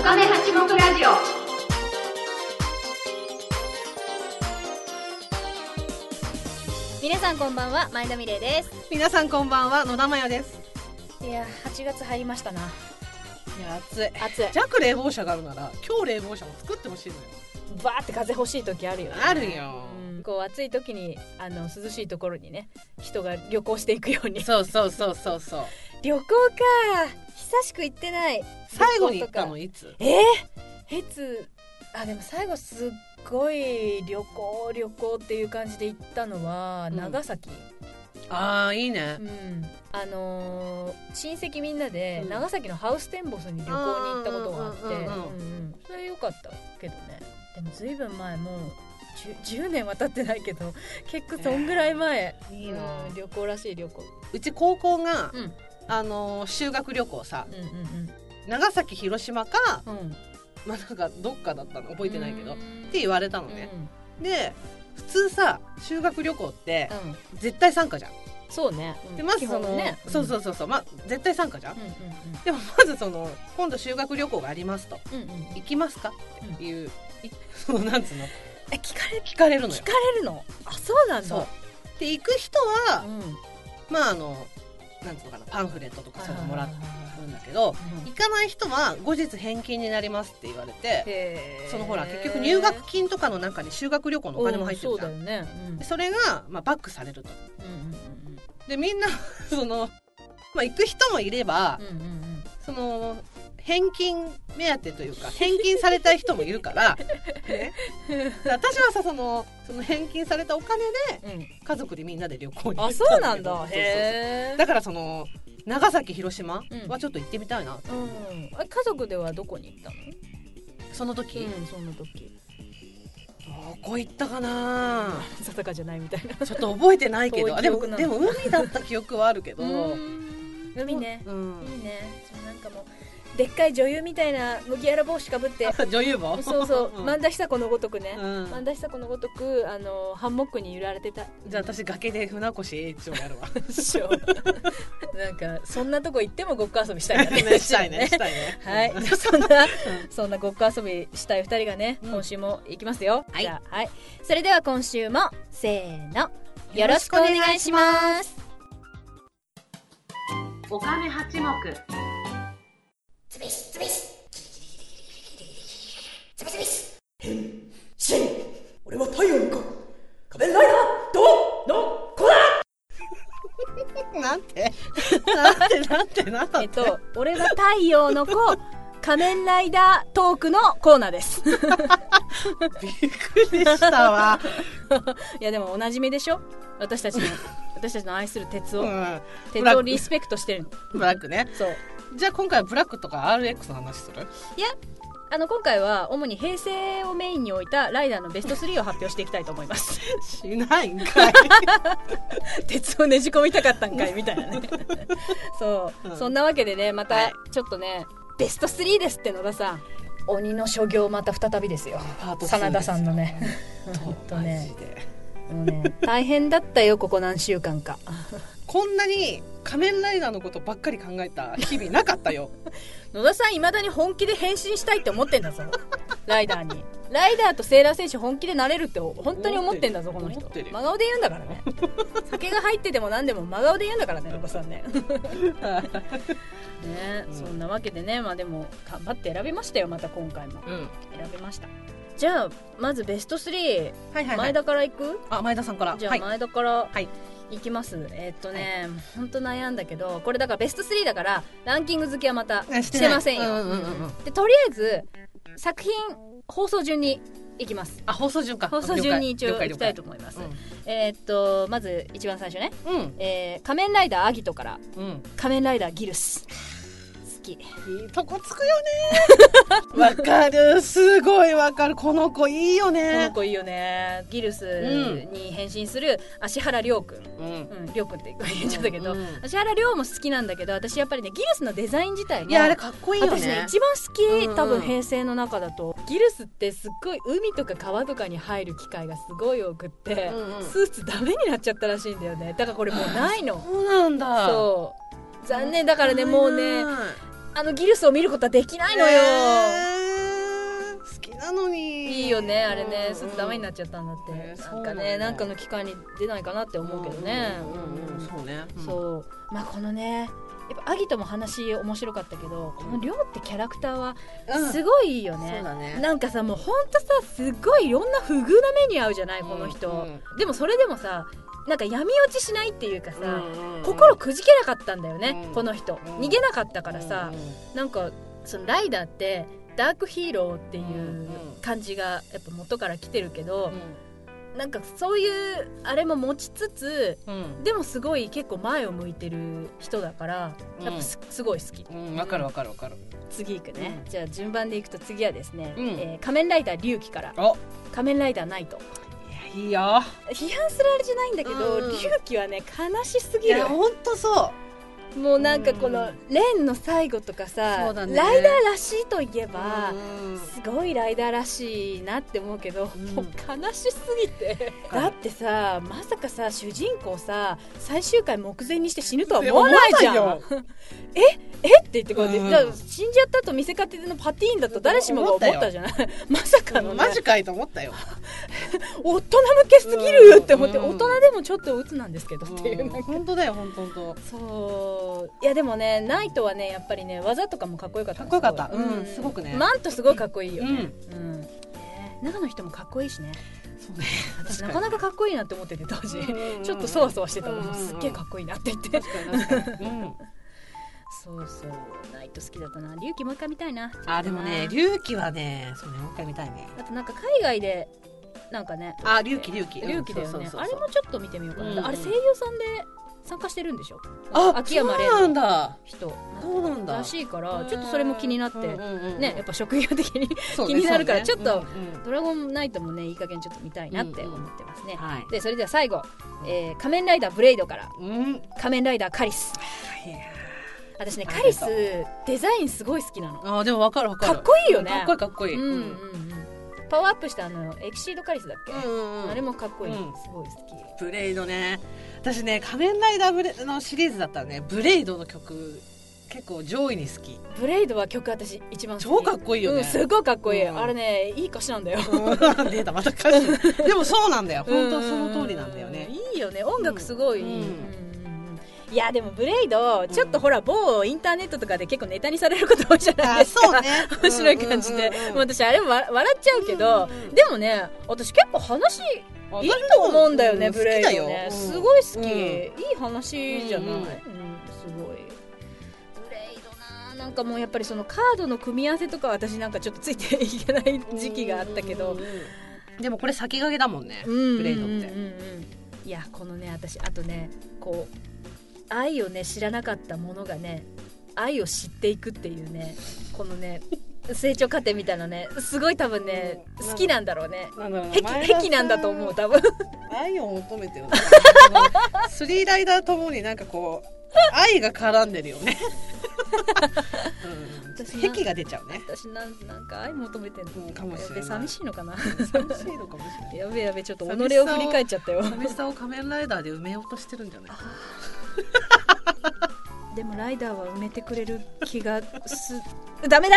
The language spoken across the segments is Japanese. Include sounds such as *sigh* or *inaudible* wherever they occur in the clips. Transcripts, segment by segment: ントラジオ皆さんこんばんは前田美玲です皆さんこんばんは野田真代ですいや8月入りましたないや暑い暑い弱冷房車があるなら今日冷房車も作ってほしいのよバーって風欲しい時あるよねあるようんこう暑い時にあの涼しいところにね人が旅行していくようにそうそうそうそうそう旅行か久しく行ってない最後に行ったのいつえー、いつあでも最後すっごい旅行旅行っていう感じで行ったのはうん長崎、ああいいねうんあのー親戚みんなでうん長崎のハウステンボスに旅行に行ったことがあってうんうんうんうんうんそれ良かったけどねでもずいぶん前もう 10, 10年は経ってないけ *laughs* ど結構そんぐらい前、いいなうん旅行らしい旅行うち高校が、うんあのー修学旅行さうんうん長崎広島かうんうんまあなんかどっかだったの覚えてないけどっって言われたのね、で普通さ修学旅行ってうん、うん絶対参加じゃんそうね、うんでまず基そ本の、ねそうそううそうそうまあ絶対参加じゃんん、うんでもまずその今度修学旅行がありますとうんうんうんうん行きますかっていう、 *laughs* いそのなんつうのえ聞かれ聞かれるのよ聞かれるのあそうなんだそうで行く人は、うんはいまああのなんつうのかなパンフレットとかそういうのもらはいはいはいうんだけどうん行かない人は後日返金になりますって言われてへーそのほら結局入学金とかの中に修学旅行のお金も入ってるじゃん、うんそうだよね、うんでそれが、まあ、バックされるとでみんなその、まあ、行く人もいれば、うんうんうんうんその返金目当てというか返金されたい人もい *laughs* るから、ね、で私はさそのその返金されたお金でうんうん家族でみんなで旅行に行あっそうたなんけんどだそうそうそうへえだからその長崎広島うんはちょっと行ってみたいな、うん、あ家族ではどこに行ったのその時、どうんその時こ行ったかな定かじゃないみたいなちょっと覚えてないけ遠 *laughs* どいで記も憶なのでも海だった記憶はあるけど海ねういんいねそうなんかもうでっかい女優みたいな麦わら帽子かぶって *laughs* 女優帽そうそううん萬田久子のごとくねうん萬田久子のごとくあのハンモックに揺られてたじ *laughs* ゃあ私崖で船越英一をやるわでしょ *laughs* なんかそんなとこ行ってもごっこ遊びしたい *laughs* からねしたいねしたいねはい、うんじゃあ *laughs* そんな、そんなごっこ遊びしたい二人がね、うん今週も行きますよ。はいじゃあはい、それでは今週も、せーの、よろしくお願いします。お金八目俺は太陽の子仮面ライダーどうの子だなんてなんてなんてなんだえっと、俺は太陽の子、 *laughs* 仮面ライダートークのコーナーです。 *laughs* びっくりしたわ、いや、でもおなじみでしょ私たちの、 *laughs* 私たちの愛する鉄うを、ん、鉄をリスペクトしてるの。ブラックねそう。じゃあ今回はブラックとか RX の話するいや、あの、今回は主に平成をメインに置いたライダーのベスト3を発表していきたいと思います。しないんかい鉄をねじ込みたかったんかいみたい *laughs* なねそう、うんそんなわけでねまはたいちょっとね、ベスト3ですって野田さん鬼の所業また再びですよパート2真田さんのねですよほんとマねジでもうね大変だったよここ何週間かこんなに仮面ライダーのことばっかり考えた日々なかったよ野田さんいまだに本気で変身したいって思ってん *laughs* だぞライダーにライダーとセーラー選手本気でなれるって本当に思ってんだぞこの人思ってる真顔で言うんだからね酒が入ってても何でも真顔で言うんだからね野田さんねね、うんそんなわけでねまあでも頑張って選びましたよまた今回もうん選びましたじゃあまずベスト3、はいはい、はい、前田からいくあ前田さんからじゃはあい、前田からはいいきます、えっとね本当、ほんと悩んだけどこれだからベスト3だからランキング付けはまたねししててないませんよ、うんうんうんうんでとりあえず作品放送順にいきますあ放送順か放送順に一応いきたいと思思います、いまえっとまず一番最初ね、すうんえー仮面ライダーアギトからうん、仮面ライダーギルス好きうん、いいとこつくよねわかるすごいわかるこの子いいよこのね子いいよねギルスに変身する芦原涼君うんうん涼君って言っちゃったけど、うんうん芦原涼も好きなんだけど私やっぱりねギルスのデザイン自体がいやあれかっこいいよね私ね一番好うんうきん多分平成の中だと、ギルスってすっごい海とか川とかに入る機会がすごい多くって、うんうんスーツダメになっちゃったらしいんだよねだからこれもうないのそうなんだそう残念だからねもうねなあのギルスを見ることはできないのよ、えのにいいよねあれうねんスーツダメになっちゃったんだって、えーなんかそうなんだねなんかの機会に出ないかなって思うけどね、うんうんうんそうねうそうまあこのねやっぱアギトも話面白かったけどこのリョウってキャラクターはうんすごいいいよね,、そうだねなんかさもうほんとさすごいいろんな不遇な目に遭うじゃないこの人、うんでもそれでもさなんか闇落ちしないっていうかさ、うんうん心くじけなかったんだよね、うんこの人、ん逃げなかったからさ、うんうんなんかそのライダーってダークヒーローっていんう感じがやっぱ元から来てるけど、なんかそういうあれも持ちつつうんうんでもすごい結構前を向いてる人だからやっぱす,、すごい好きうんわかるわかるわかる次行くね、うじゃあ順番で行くと次はですね、うんえー仮面ライダー龍騎からお仮面ライダーナイトいやいいよ批判するあれじゃないんだけど、うん龍騎はね悲しすいぎるやほんとそうもうなんかこうのんレンの最後とかそさ、うだねライダーらしいといえば、うんすごいライダーらしいなって思うけど、うんもう悲しすぎてわか *laughs* だるってさまさかさ主人公さ最終回目前にして死ぬとは思わないじゃん思わなえって言ってこうで、うんじゃあ死んじゃったと見せかけてのパティーンだと誰しもが思ったじゃない *laughs* まさか *laughs* の、ね、マジかいと思ったよ大人向けすぎるって思って、う大ん人でもちょっと鬱なんですけどっていう、なんか本当だよ本当本当そういやでもねナイトはねやっぱりね技とかもかっこよかったかっこよかったすごいうんすごくねマントすごいかっこいいよねうん、ね長野人もかっこいいしねそうね私なかなかかっこいいなって思ってて当時う *laughs* んちょっとそわそわしてたもうんんすっげえかっこいいなって言って確かに確かにうんそうそうナイト好きだったな龍騎もう一回見たいなあでもねうん龍騎はねそうねもう一回見たいねあとなんか海外でなんかねあ龍騎龍騎龍騎だようねんそうそうそうそうあれもちょっと見てみようかな、うんうんあれ声優さんで参加してるんでしょあ秋山そうな玲んのだ人そうなんだらしいからちょっとそれも気になって、うんうんうんうんねやっぱ職業的に *laughs* そうね気になるからそうねちょっとうんうんドラゴンナイトもねいい加減ちょっと見たいなってうんうん思ってますね、はいでそれでは最後、えー仮面ライダーブレイドからうんい仮面ライダーカリスや私ねあカリスデザインすごい好きなのあでもわかるわかるかっこいいよねかっこいいかっこいうんいうんうんパワーアップしたあのエキシードカリスだっけ、うんうんあれもかっこいい、うんすごい好きブレイドね私ね「仮面ライダーブレ」のシリーズだったらねブレイドの曲結構上位に好きブレイドは曲私一番好き超かっこいいよねうん、すごいかっこいい、うんあれねいい歌詞なんだようん *laughs* 出たまた歌詞でもそうなんだよ本当その通りなんだようねんいいよね音楽すごい、うんうんいやでもブレイドちょっとほら某インターネットとかで結構ネタにされること多いじゃないですか、あそうね *laughs* 面白い感じで、うんうんうんうんもう私あれもわ笑っちゃうけど、うんうんでもね私結構話いいと思うんだよね、ブレイドね、すごい好き、いい話じゃない、うんううんんすごいブレイドななんかもうやっぱりそのカードの組み合わせとか私なんかちょっとついていけない時期があったけど、でもこれ先駆けだもんねうんブレイドっうてんうんうんいやこのね私あとねこう愛をね知らなかったものがね愛を知っていくっていうねこの *laughs* ね成長過程みたいなねすごい多分ねうん好きなんだろうねなんだろう癖前田さ癖なんだと思う多分愛を求めてる *laughs* スリーライダーともになんかこう愛が絡んでるよね、うん、私な癖が出ちゃうね私なんなんか愛求めてんのうんかもしれないやべ寂しいのかな寂しいのかもしれないやべやべちょっと己寂しさをを振り返っちゃったよ寂しさを仮面ライダーで埋めようとしてるんじゃない *laughs* でもライダーは埋めてくれる気がす *laughs* ダメだ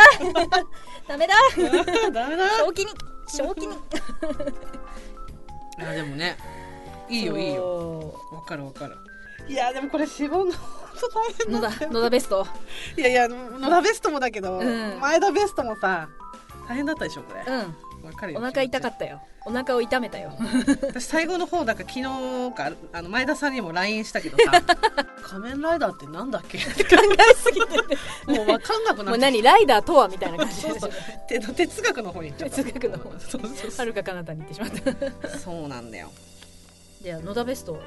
ダメだ *laughs* ダメだ正気に正気にいやでもねいいよいいよよわかるわかるいやでもこれ志望の本当大変野だ田野田ベストいやいや野田ベストもだけど、うん前田ベストもさ大変だったでしょこれ、うわかるんよお腹痛かたったよお腹を痛めた *laughs* よ私最後の方だから昨日かあの前田さんにも LINE したけど *laughs* さ「仮面ライダーってなんだっけ?」って考えすぎてもう分かんなくなもうっちゃっ何ライダーとはみたいな感じそうでそうて哲学の方に行っちゃった哲学の方そうそうはそるか彼方に行ってしまったうそうなんだよじゃあ野田ベストを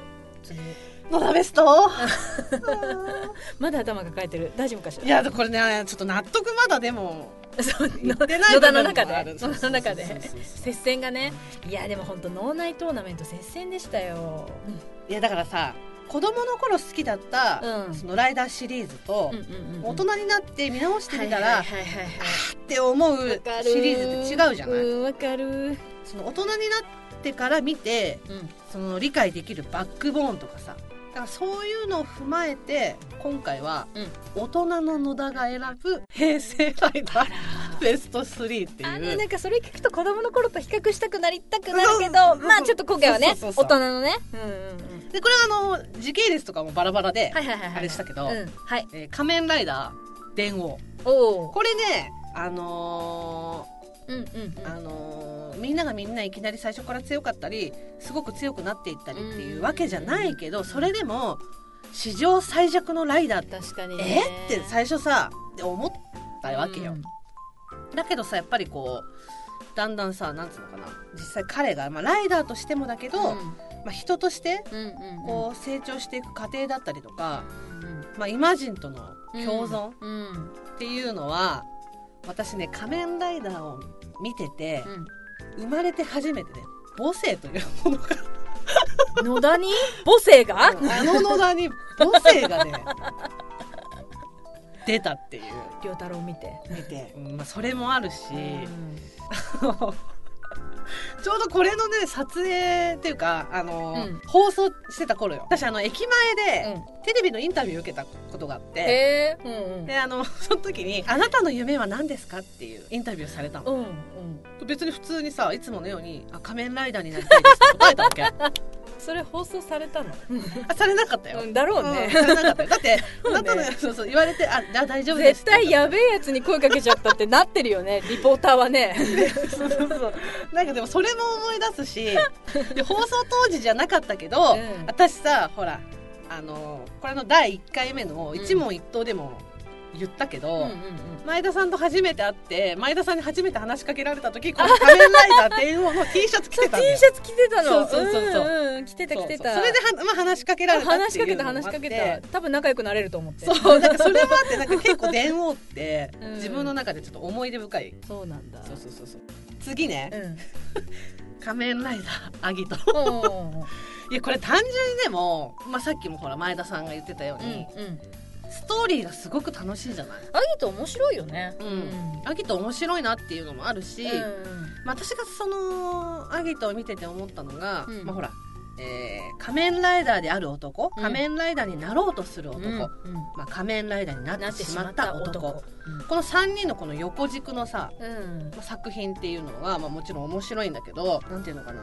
次野田ベストまだ頭抱えてる大丈夫かしら *laughs* いやこれねちょっと納得まだでも *laughs* そう言野ってない野田の中部分もあでる野田の中そうでそうそうそう接戦がねいやでも本当脳内トーナメント接戦でしたよいやだからさ子供の頃好きだった、うんそのライダーシリーズと、うんうんうん大人になって見直してみたら、はいはいはいはいって思うわかるシリーズって違うじゃない、うんわかるその大人になってから見てうんその理解できるバックボーンとかさだからそういうのを踏まえて今回はうん大人の野田が選ぶ平成ライダーベスト3ってあいねうなんかそれ聞くと子供の頃と比較したくなりたくなるけそうどそうまあちょっと今回はねそう大そうそうそう人のねうんうんうんでこれはあの時系列とかもバラバラで、はいはいはいはいあれしたけどうんはいえー仮面ライダー電王おおこれねあのうんうんうんーあのーみんながみんないきなり最初から強かったりすごく強くなっていったりっていうわけじゃないけどそれでも史上最弱のライダーって確かにねえーって最初さって思ったわけよ、だけどさやっぱりこうだんだんさなんつうのかな実際彼が、まあ、ライダーとしてもだけど、うんまあ、人としてうんうんうんこう成長していく過程だったりとか、うんまあ、イマジンとの共存うんうんっていうのは、私ね仮面ライダーを見てて、うん生まれて初めてね母性というものが野田に母性があの野田に母性がね *laughs* 出たっていう良太郎見て見て、うんまあ、それもあるし、うんあのちょうどこれのね撮影っていうかあの、うん放送してた頃よ私あの駅前で、うんテレビのインタビュー受けたことがあって、へえうんであの *laughs* その時に「あなたの夢は何ですか?」っていうインタビューされたの、うんうん別に普通にさいつものようにあ「仮面ライダーになりたいです」って答えたわ *laughs* けあそれ放送されたのされなかったよ、うんだろううんねされなかったよだって、あうねなたのそうそう言われて「あだ大丈夫で *laughs* す」絶対やべえやつに声かけちゃったってなってるよねリポーターはねそうそうそうなんかでもそれも思い出 *laughs* すしで放送当時じゃなかったけど、うん私さほらあのこれの第1回目の一問一答でも言ったけど、前田さんと初めて会って前田さんに初めて話しかけられた時この仮面ライダー天王の T シャツ着そう T てたんだよシャツ着てたのそうそうそうそうんん着てた着てたそうそうそれでは、まあ、話しかけられたっていう話しかけたのもあっ話てしかけた多分仲良くなれると思ってそうなんかそれもあってなんか結構電王ってうん自分の中でちょっと思い出深い、そうなんだそうそうそうそう次ね、うん仮面ライダーアギトうんいやこれ単純にでも、まあ、さっきもほら前田さんが言ってたよううんに、うんストーリーがすごく楽しいじゃないアギト面白いよねうんアギト面白いなっていうのもあるし、うんまあ、私がそのアギトを見てて思ったのが、うんまあ、ほら、えー仮面ライダーである男うん仮面ライダーになろうとするう男、んまあ、仮面ライダーにななっっててししままっったた男男この3人のこの横軸のさうんまあ作品っていうのは、まあ、もちろん面白いんだけどなんていうのかな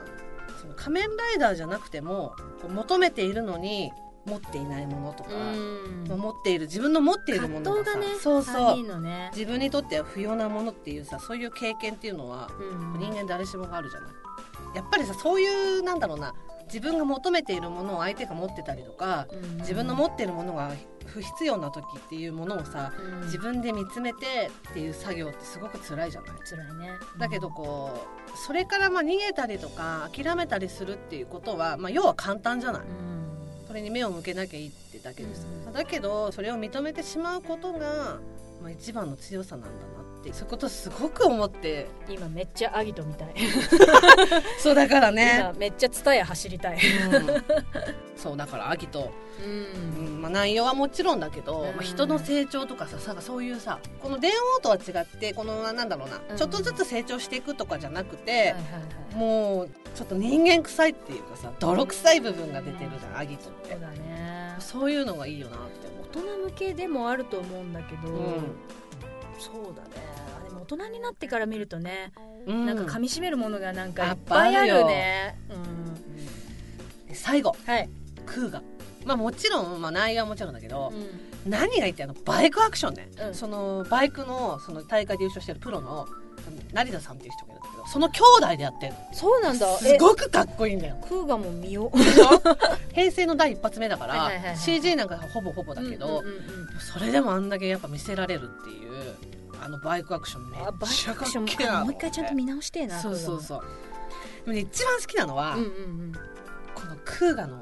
その仮面ライダーじゃなくてもこう求めているのに持っていないものとか、うんまあ持っている自分の持っているもの葛藤さがねそう三そう人のね自分にとっては不要なものっていうさそういう経験っていうのはうん人間誰しもがあるじゃないやっぱりさそういうなんだろうな自分が求めているものを相手が持ってたりとかうん自分の持っているものが不必要な時っていうものをさうん自分で見つめてっていう作業ってすごく辛いじゃない辛いねだけどこうそれからまあ逃げたりとか諦めたりするっていうことは、まあ、要は簡単じゃないうんそれに目を向けなきゃいいってだけです、うだけどそれを認めてしまうことが、まあ、一番の強さなんだなってそういうことすごく思って今めっちゃアギトみたいそうだからね、今めっちゃツタヤ走りたいうん *laughs* そうだから秋と、ううんんまあ、内容はもちろんだけど、うんまあ、人の成長とかささそういうさこの電王とは違ってこのなんだろうな、うんちょっとずつ成長していくとかじゃなくはいて、はいはいもうちょっと人間臭いっていうかさ泥臭い部分が出てるじゃんアギトっそてうだねそういうのがいいよなって思っ大人向けでもあると思うんだけど、うそうだねあでも大人になってから見るとね、んうんなんか噛み締めるものがなんかやいっっぱぱあいあるよるねうんで最後はい、クーガまあもちろん、まあ、内容はもちろんだけどう、ん何が言ってあのバイクアクションね、うんそのバイクのその大会で優勝してるプロの成田さんっていう人がいるんだけどその兄弟でやってるそうなんだすごくかっこいいんだよえクーガも見よ *laughs* 平成の第一発目だから、はいはいはいはい CG なんかほぼほぼうだけど、んうんうんうんそれでもあんだけやっぱ見せられるっていうあのバイクアクションめっあバイちクゃアかクっションけえなもう一回ちゃんと見直してえなそうそううそうでもね一番好きなのは、うんうんこのクーガの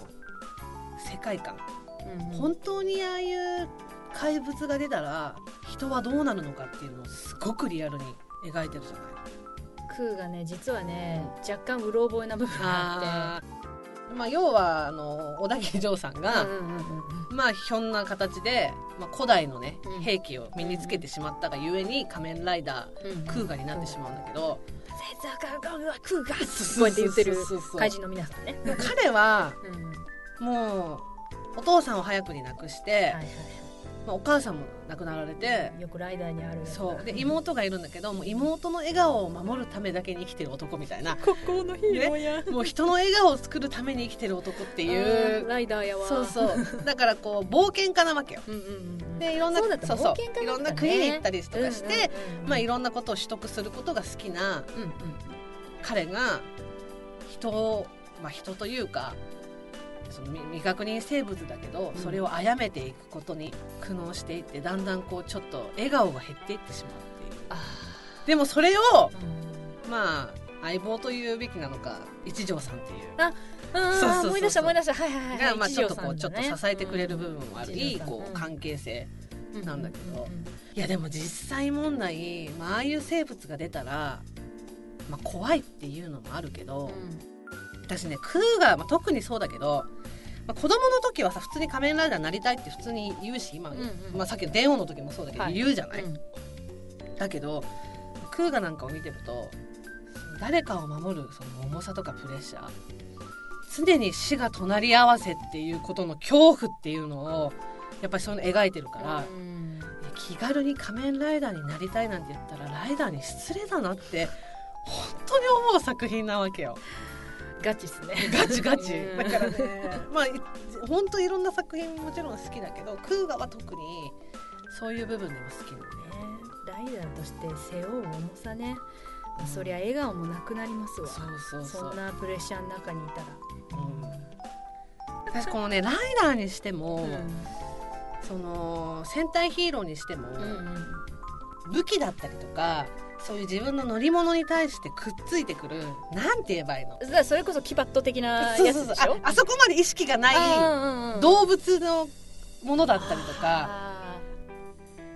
世界観うんうんうん本当にああいう怪物が出たら人はどうなるのかっていうのをすごくリアルに描いてるじゃないクーガね実はね若干うろ覚えな部分があっまあ、要はあの小田切丈さんてが、うんうんうんうんまあひょんな形で、まあ、古代のねうん兵器を身につけてしまったがゆえに仮面ライダうんうんークーガになってしまうんだけど、絶対あかんうわクーガこうやって言ってるそうそうそう怪人の皆さんね彼はうんもうお父さんを早くに亡くして、はいはいまあ、お母さんも亡くなられてよくライダーにあるやつだそうで妹がいるんだけどもう妹の笑顔を守るためだけに生きてる男みた *laughs* いなここのヒーローや、もう人の笑顔を作るために生きてる男っていいううライダーやわそうそうだからこう冒険家なわけよう,、うんうんうん、でいろんなそうだったそうそう冒険家いだろったねんな国に行ったりとかして、うんうんうんまあ、いろんなことを取得することが好きなうんうん彼が人を、まあ、人というかその未未確認生物だけどうんそれを殺めていくことに苦悩していってだんだんこうちょっと笑顔が減っていってしまうっていうあでもそれをーうんまあ相棒というべきなのか一条さんっていうあーそうそうそうそう思い出した思い出したはいはいはいが、まあ、一ち条ょっとこさうんちょだっねと支えてくれる部分もある、うんいいこううん関係性うなんだけどうんいやでも実際問題、まあ、ああいう生物が出たら、まあ、怖いっていうのもあるけど、私ねクーガー、まあ、特にそうだけど、まあ、子供の時はさ普通に仮面ライダーになりたいって普通に言うし今、うんうんまあ、さっきの電王の時もそうだけど、はい言うじゃない、うんだけどクーガなんかを見てると誰かを守るその重さとかプレッシャー常に死が隣り合わせっていうことの恐怖っていうのをやっぱりそういうの描いてるから、うん気軽に仮面ライダーになりたいなんて言ったらライダーに失礼だなって本当に思う作品なわけよ。ガチっすねガチガチうんだからねまあい本当いろんな作品もちろん好きだけどクーガは特にそういう部分でも好きなのねライダーとして背負う重さね、まあそりゃ笑顔もなくなりますわそうそうそそんう、なプレッシャーの中にいたらうん、私このねライダーにしても、その戦隊ヒーローにしても、うんうん武器だったりとかそういう自分の乗り物に対してくっついてくるなんて言えばいいのだからそれこそキバット的なそうやそうつそうでしょああそこまで意識がないあう動物のものだったりとか。あ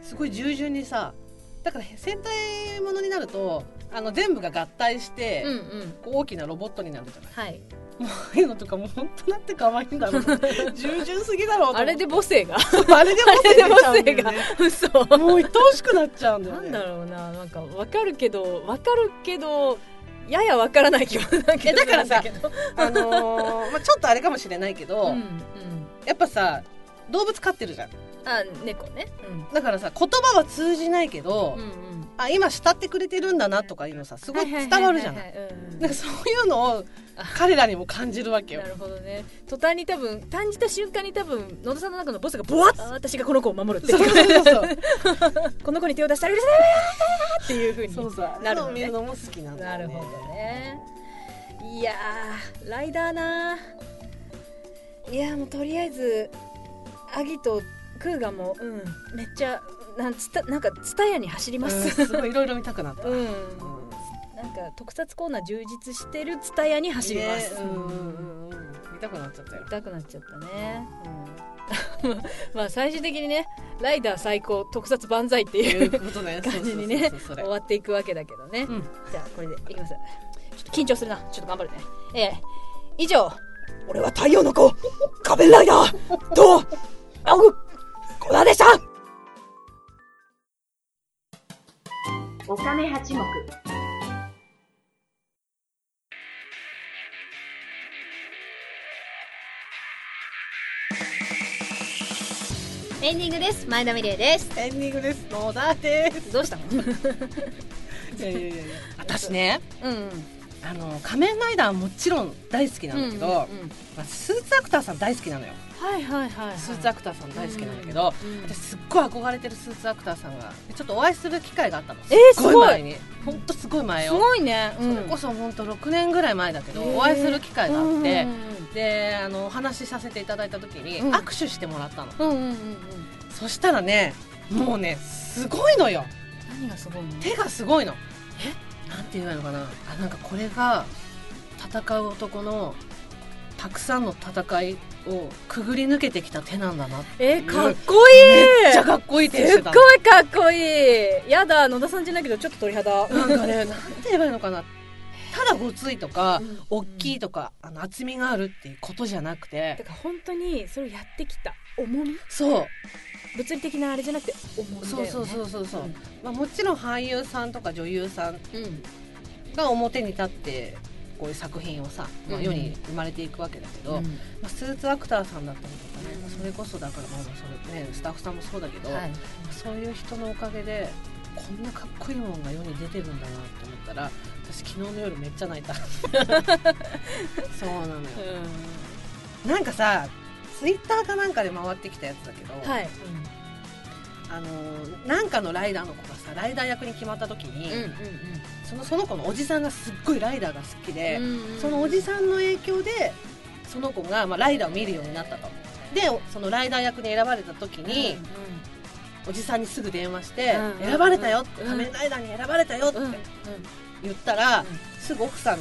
すごい従順にさだから戦隊ものになるとあの全部が合体しーて、うんうんこう大きなロボットになるじゃないはいああいうのとかもう本当なんて可愛いんだろう *laughs* 従順すぎだろうと思ってあれで母性が *laughs* あれでボス出ちゃうんだよね嘘もう愛おしくなっちゃうんだなよねんだろうななんかわかるけどわかるけどややわからない気もだけえどだからさなんけどあのーまあ、ちょっとあれかもしれないけど、うんうんやっぱさ動物飼ってるじゃんあ猫ねだからさ言葉は通じないけど、うんうんうんあ今慕ってくれてるんだなとかいうのさすごい伝わるじゃないははははうんうんなんかそういうのを彼らにも感じるわけよなるほどね途端に多分感じた瞬間に多分野田さんの中のボスがボワッあ私がこの子を守るってそうそうそうこの子に手を出したらうるせえっていうふうにそうさ、なるほどなるね見るのも好きなんだなよるね。ほどねいやーライダーなーいやーもうとりあえずアギとクーガもうんめっちゃなんつたなんかツタヤに走りまうんすすごいいろいろ見たくなった。うん、うんなんか特撮コーナー充実してるツタヤに走ります、ねうんうんうんうん見たくなっちゃったよ。痛くなっちゃったね、 *laughs* まあ最終的にねライダー最高特撮万歳っていいううことね。 *laughs* 感じにねそうそうそうそ終うわっていくわけだけどね、うんじゃあこれでいきますちょっと緊張するなちょっと頑張るねええ以上俺は太陽の子仮面ライダーどうあうコナンでしたお金八目エンディングです前田美玲ですエンディングです。野田でどうしたのす。いやいやいやいや私ね、 *laughs* うんうんあの仮面ライダーはもちろん大好きなんだけど、うんうんうんまあスーツアクターさん大好きなのよ。はいはいはい、はい、スーツアクターさん大好きなんだけど。うん私すっごい憧れてるスーツアクターさんがちょっとお会いする機会があったのえーすごい前に本当すごい前すよごいね、うん、それこそ本当6年ぐらい前だけど、へーお会いする機会があってうん、であのお話しさせていただいた時にうん握手してもらったの、うんうんうんうんうんそしたらねもうねすごいのよ何がすごいの手がすごいのえなんて言えばいいのかなあなんかこれが戦う男のたくさんの戦いをくぐり抜けてきた手なんだなってえー、かっこいいめっちゃかっこいい手しすてっごたいのかっこいいやだ野田さんじゃないけどちょっと鳥肌なんかねなんて言えばいいのかなただごついとかうん大きいとかあの厚みがあるっていうことじゃなくてだから本当にそれをやってきた重みそう物理的なあれじゃなくて重みだよそうねそうそうそうそう、うんまあ、もちろん俳優さんとか女優さんうんが表に立ってこういう作品をさ、まうあ、ん世に生まれていくわけだけど、うまんあ、スーツアクターさんだったりとかね、うんそそれこそだからまあそれ、ね、スタッフさんもそうだけど、はい、そういう人のおかげでこんなかっこいいもんが世に出てるんだなと思ったら私昨日の夜めっちゃ泣 *laughs* いたそうなのよなんかさツイッターかなんかで回ってきたやつだけど、はい、あのなんかのライダーの子がさライダー役に決まった時うに、ん、うんそのその子のおじさんがすっごいライダーが好きで、うんうんそのおじさんの影響でその子が、まあ、ライダーを見るようになったとでそのライダー役に選ばれた時に、おじさんにすぐ電話してうんう「ん選ばれたよ」って「うん仮面ライダーに選ばれたよ」ってうんうんうん言ったら、うんすぐ奥さん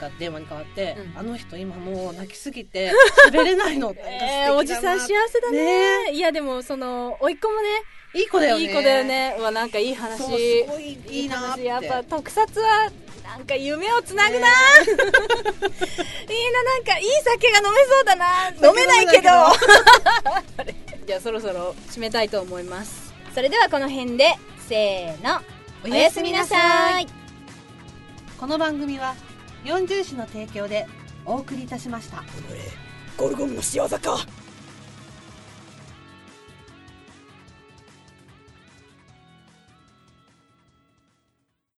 が電話に変わってう「んあの人今もう泣きす *laughs* ぎて滑れないの」えーおじさん幸いせだねいやでもその甥いっ子もねい子だよねいい子だよねうわなんかいい話そうすごいいいなっ話てやっぱ特撮はなんか夢をつなぐな、 *laughs* いいななんかいい酒が飲めそうだな飲めないけど *laughs* じゃあそろそろ締めたいと思いますそれではこの辺でせーのおやすみなさいこの番組は四十種の提供でお送りいたしましたこれゴルゴムの仕業か